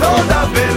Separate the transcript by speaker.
Speaker 1: toda vez.